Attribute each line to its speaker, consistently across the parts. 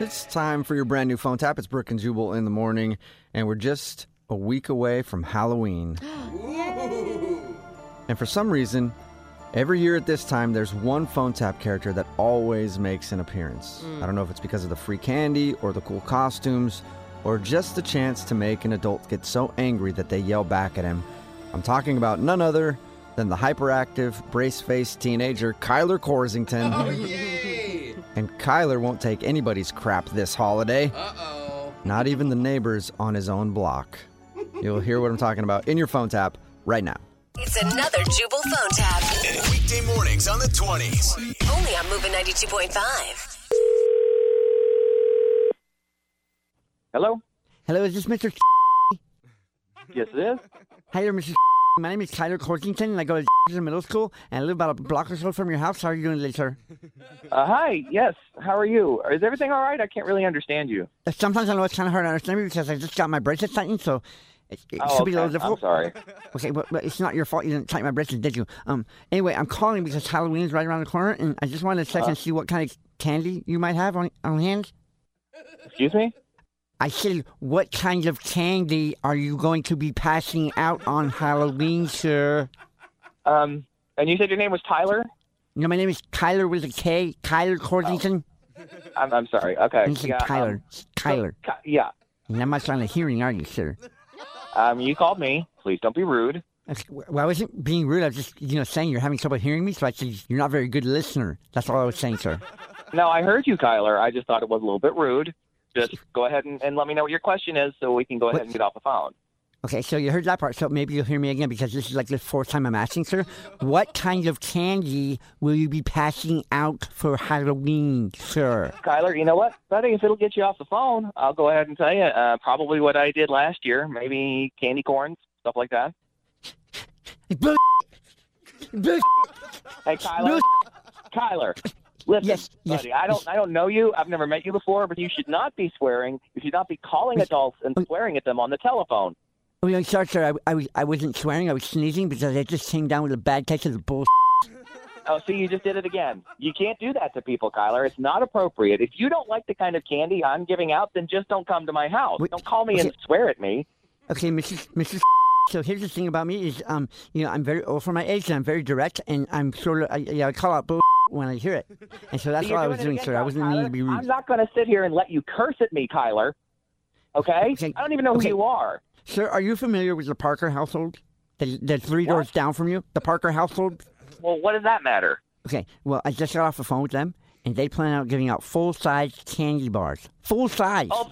Speaker 1: It's time for your brand new phone tap. It's Brooke and Jubal in the morning, and we're just a week away from Halloween. and for some reason, every year at this time, there's one phone tap character that always makes an appearance. I don't know if it's because of the free candy or the cool costumes or just the chance to make an adult get so angry that they yell back at him. I'm talking about none other than the hyperactive, brace faced teenager, Kyler Corsington.
Speaker 2: Yay!
Speaker 1: And Kyler won't take anybody's crap this holiday,
Speaker 2: Uh oh.
Speaker 1: not even the neighbors on his own block. You'll hear what I'm talking about in your phone tap right now.
Speaker 3: It's another Jubal phone tab.
Speaker 4: Weekday mornings on the 20s.
Speaker 3: Only on Moving 92.5.
Speaker 5: Hello?
Speaker 1: Hello, is this Mr.
Speaker 5: Yes, it is.
Speaker 1: Hi there, Mr. My name is Kyler Corkington, and I go to middle school, and I live about a block or so from your house. How are you doing today, sir?
Speaker 5: Uh, hi, yes. How are you? Is everything all right? I can't really understand you.
Speaker 1: Uh, Sometimes I know it's kind of hard to understand me because I just got my braces tightened, so it, it
Speaker 5: Oh,
Speaker 1: should be a little
Speaker 5: okay.
Speaker 1: difficult.
Speaker 5: I'm sorry.
Speaker 1: Okay, but, but it's not your fault you didn't tighten my braces, did you? Um. Anyway, I'm calling because Halloween's right around the corner, and I just wanted to
Speaker 5: Uh.
Speaker 1: check and see what kind of candy you might have on on hand.
Speaker 5: Excuse me?
Speaker 1: I said, what kind of candy are you going to be passing out on Halloween, sir?
Speaker 5: Um, and you said your name was Tyler?
Speaker 1: No, my name is Kyler with a K, Kyler Cordington.
Speaker 5: I'm, I'm sorry. Okay.
Speaker 1: and you said
Speaker 5: Oh, yeah,
Speaker 1: Kyler,
Speaker 5: Um,
Speaker 1: Kyler.
Speaker 5: Ki- yeah.
Speaker 1: You're not much on the hearing, are you, sir?
Speaker 5: Um, you called me. Please don't be rude.
Speaker 1: Okay, w- Well, I wasn't being rude. I was just, you know, saying you're having trouble hearing me, so I said you're not a very good listener. That's all I was saying, sir.
Speaker 5: No, I heard you, Kyler. I just thought it was a little bit rude. Just go ahead and, and let me know what your question is so we can go ahead and get off the phone.
Speaker 1: Okay, so you heard that part, so maybe you'll hear me again because this is like the fourth time I'm asking, sir. What kind of candy will you be passing out for Halloween, sir?
Speaker 5: Kyler, you know what? Buddy, if it'll get you off the phone, I'll go ahead and tell you uh, probably what I did last year. Maybe candy corns, stuff like that.
Speaker 1: Bull- bull-
Speaker 5: Hey, Kyler. Tyler. Listen,
Speaker 1: Yes, yes,
Speaker 5: buddy, I don't I don't know you. I've never met you before, but you should not be swearing. You should not be calling adults and swearing at them on the telephone.
Speaker 1: Oh, no, sorry, sir. I, I, was, I wasn't swearing. I was sneezing because I just came down with a bad case of the bull.
Speaker 5: Oh, see, you just did it again. You can't do that to people, Kyler. It's not appropriate. If you don't like the kind of candy I'm giving out, then just don't come to my house.
Speaker 1: Wait,
Speaker 5: Don't call me and
Speaker 1: okay.
Speaker 5: swear at me.
Speaker 1: Okay, Mrs. Mrs. So here's the thing about me is, um, you know, I'm very old for my age and I'm very direct and I'm sort of, I, yeah, I call out bull when I hear it. And so that's
Speaker 5: You're
Speaker 1: all I was
Speaker 5: it
Speaker 1: doing,
Speaker 5: again,
Speaker 1: sir. I wasn't meaning to
Speaker 5: Kyler.
Speaker 1: be rude.
Speaker 5: I'm not going to sit here and let you curse at me, Kyler. Okay?
Speaker 1: Okay,
Speaker 5: I don't even know
Speaker 1: okay.
Speaker 5: who you are.
Speaker 1: Sir, are you familiar with the Parker household? The, the three doors down from you? The Parker household?
Speaker 5: Well, what does that matter?
Speaker 1: Okay, well, I just got off the phone with them and they plan on giving out full size candy bars. Full size.
Speaker 5: Oh,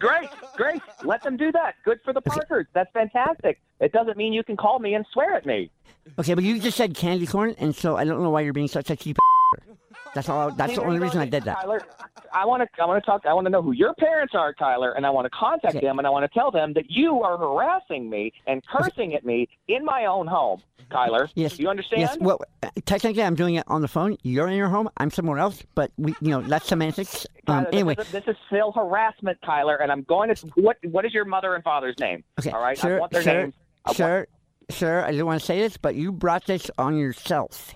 Speaker 5: great, great. Let them do that. Good for the Parkers. That's fantastic. It doesn't mean you can call me and swear at me.
Speaker 1: Okay, but you just said candy corn, and so I don't know why you're being such a cheap. That's all. That's the only reason I did that.
Speaker 5: Tyler, I want to. I want to talk. I want to know who your parents are, Tyler, and I want to contact
Speaker 1: Okay.
Speaker 5: them and I want to tell them that you are harassing me and cursing at me in my own home, Tyler.
Speaker 1: Yes.
Speaker 5: Do you understand?
Speaker 1: Yes. Well, uh, technically, I'm doing it on the phone. You're in your home. I'm somewhere else. But we, you know, that's semantics.
Speaker 5: Tyler,
Speaker 1: Um,
Speaker 5: this,
Speaker 1: anyway,
Speaker 5: is, this is still harassment, Tyler, and I'm going to. What What is your mother and father's name?
Speaker 1: okay.
Speaker 5: All right,
Speaker 1: sir,
Speaker 5: I want their
Speaker 1: sir,
Speaker 5: names. I want-
Speaker 1: sir, sir, I don't want to say this, but you brought this on yourself.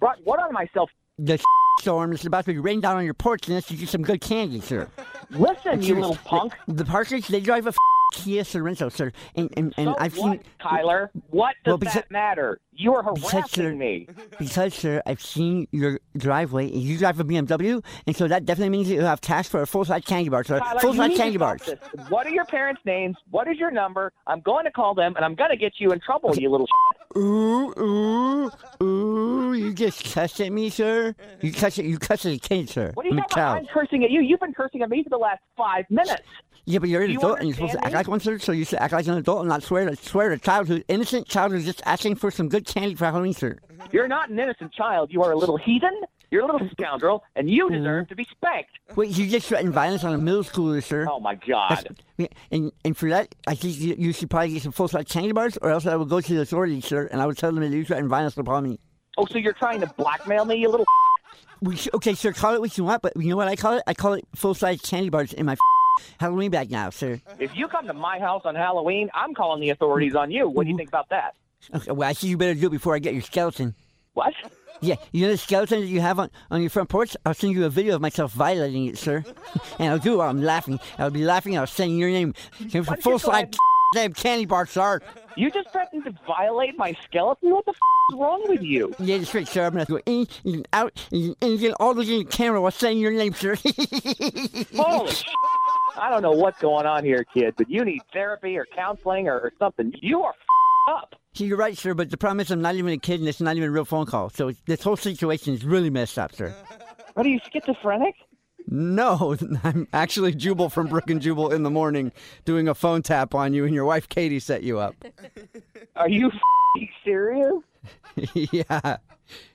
Speaker 5: Right, What on myself?
Speaker 1: The storm is about to be raining down on your porch, and this is just some good candy, sir.
Speaker 5: Listen, you
Speaker 1: Sir,
Speaker 5: little
Speaker 1: the-
Speaker 5: punk.
Speaker 1: The Parkers, they drive a Kia Sorento, sir, and and, and
Speaker 5: so
Speaker 1: I've
Speaker 5: what,
Speaker 1: seen.
Speaker 5: Kyler? What does
Speaker 1: Well, because-
Speaker 5: that matter? You are
Speaker 1: because
Speaker 5: harassing
Speaker 1: you're-
Speaker 5: me.
Speaker 1: Because, sir, I've seen your driveway. and You drive a BMW, and so that definitely means that you have cash for a full size candy bar, sir.
Speaker 5: Tyler,
Speaker 1: full
Speaker 5: you need
Speaker 1: size
Speaker 5: to
Speaker 1: candy
Speaker 5: stop
Speaker 1: bars.
Speaker 5: this. What are your parents' names? What is your number? I'm going to call them, and I'm going to get you in trouble, you little. Sh-
Speaker 1: Ooh, ooh, ooh! You just cussed at me, sir. You cussed at you cussed at a kid, sir.
Speaker 5: what are you
Speaker 1: I'm a
Speaker 5: talking
Speaker 1: cow.
Speaker 5: about? I'm cursing at you. You've been cursing at me for the last five minutes.
Speaker 1: Yeah, but you're an
Speaker 5: Do you
Speaker 1: adult and you're supposed to
Speaker 5: understand
Speaker 1: act
Speaker 5: me?
Speaker 1: like one, sir. So you should act like an adult and not swear to swear to a child who's innocent child who's just asking for some good candy for Halloween, sir.
Speaker 5: You're not an innocent child. You are a little heathen. You're a little scoundrel, and
Speaker 1: Mm-hmm.
Speaker 5: you deserve to be spanked.
Speaker 1: Wait, you just threatened violence on a middle schooler, sir.
Speaker 5: Oh my
Speaker 1: That's-
Speaker 5: God.
Speaker 1: yeah, and and for that, I think you, you should probably get some full size candy bars, or else I will go to the authorities, sir, and I will tell them that you threatened violence upon me.
Speaker 5: Oh, so you're trying to blackmail me, you little.
Speaker 1: We sh- okay, sir, call it what you want, but you know what I call it? I call it full size candy bars in my Halloween bag now, sir.
Speaker 5: If you come to my house on Halloween, I'm calling
Speaker 1: Mm-hmm.
Speaker 5: the authorities on you. What do you think about that?
Speaker 1: Okay, well, I see you better do it before I get your skeleton.
Speaker 5: What?
Speaker 6: Yeah, you know the skeleton that you have on, on your front porch? I'll send you a video of myself violating it, sir. and I'll do it while I'm laughing. I'll be laughing, I'll send your name. Came
Speaker 5: Why
Speaker 6: from
Speaker 5: don't you
Speaker 6: full
Speaker 5: go ahead
Speaker 6: side damn candy bar, sir.
Speaker 5: You just threatened to violate my skeleton? What the f- is wrong with you?
Speaker 6: Yeah, that's right, sir. I'm gonna go in and out and in all the way to the camera while saying your name, sir.
Speaker 5: Holy sh- I don't know what's going on here, kid, but you need therapy or counseling or, or something. You are f- up.
Speaker 6: See, You're right, sir, but the problem is I'm not even a kid and it's not even a real phone call. So this whole situation is really messed up, sir.
Speaker 5: What are you, schizophrenic?
Speaker 1: No, I'm actually Jubal from Brook and Jubal in the morning doing a phone tap on you, and your wife Katie set you up.
Speaker 5: Are you f- serious?
Speaker 1: yeah.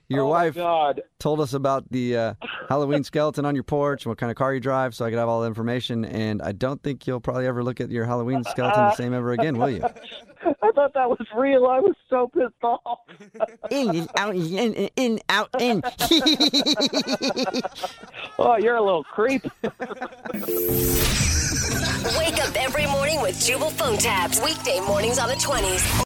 Speaker 1: Your
Speaker 5: oh
Speaker 1: wife
Speaker 5: My God.
Speaker 1: told us about the uh, Halloween skeleton on your porch and what kind of car you drive so I could have all the information. And I don't think you'll probably ever look at your Halloween skeleton the same ever again, will you?
Speaker 5: I thought that was real. I was so pissed off.
Speaker 6: In and out and in and in out in.
Speaker 5: Oh, you're a little creep.
Speaker 3: Wake up every morning with Jubal phone tabs. Weekday mornings on the 20s.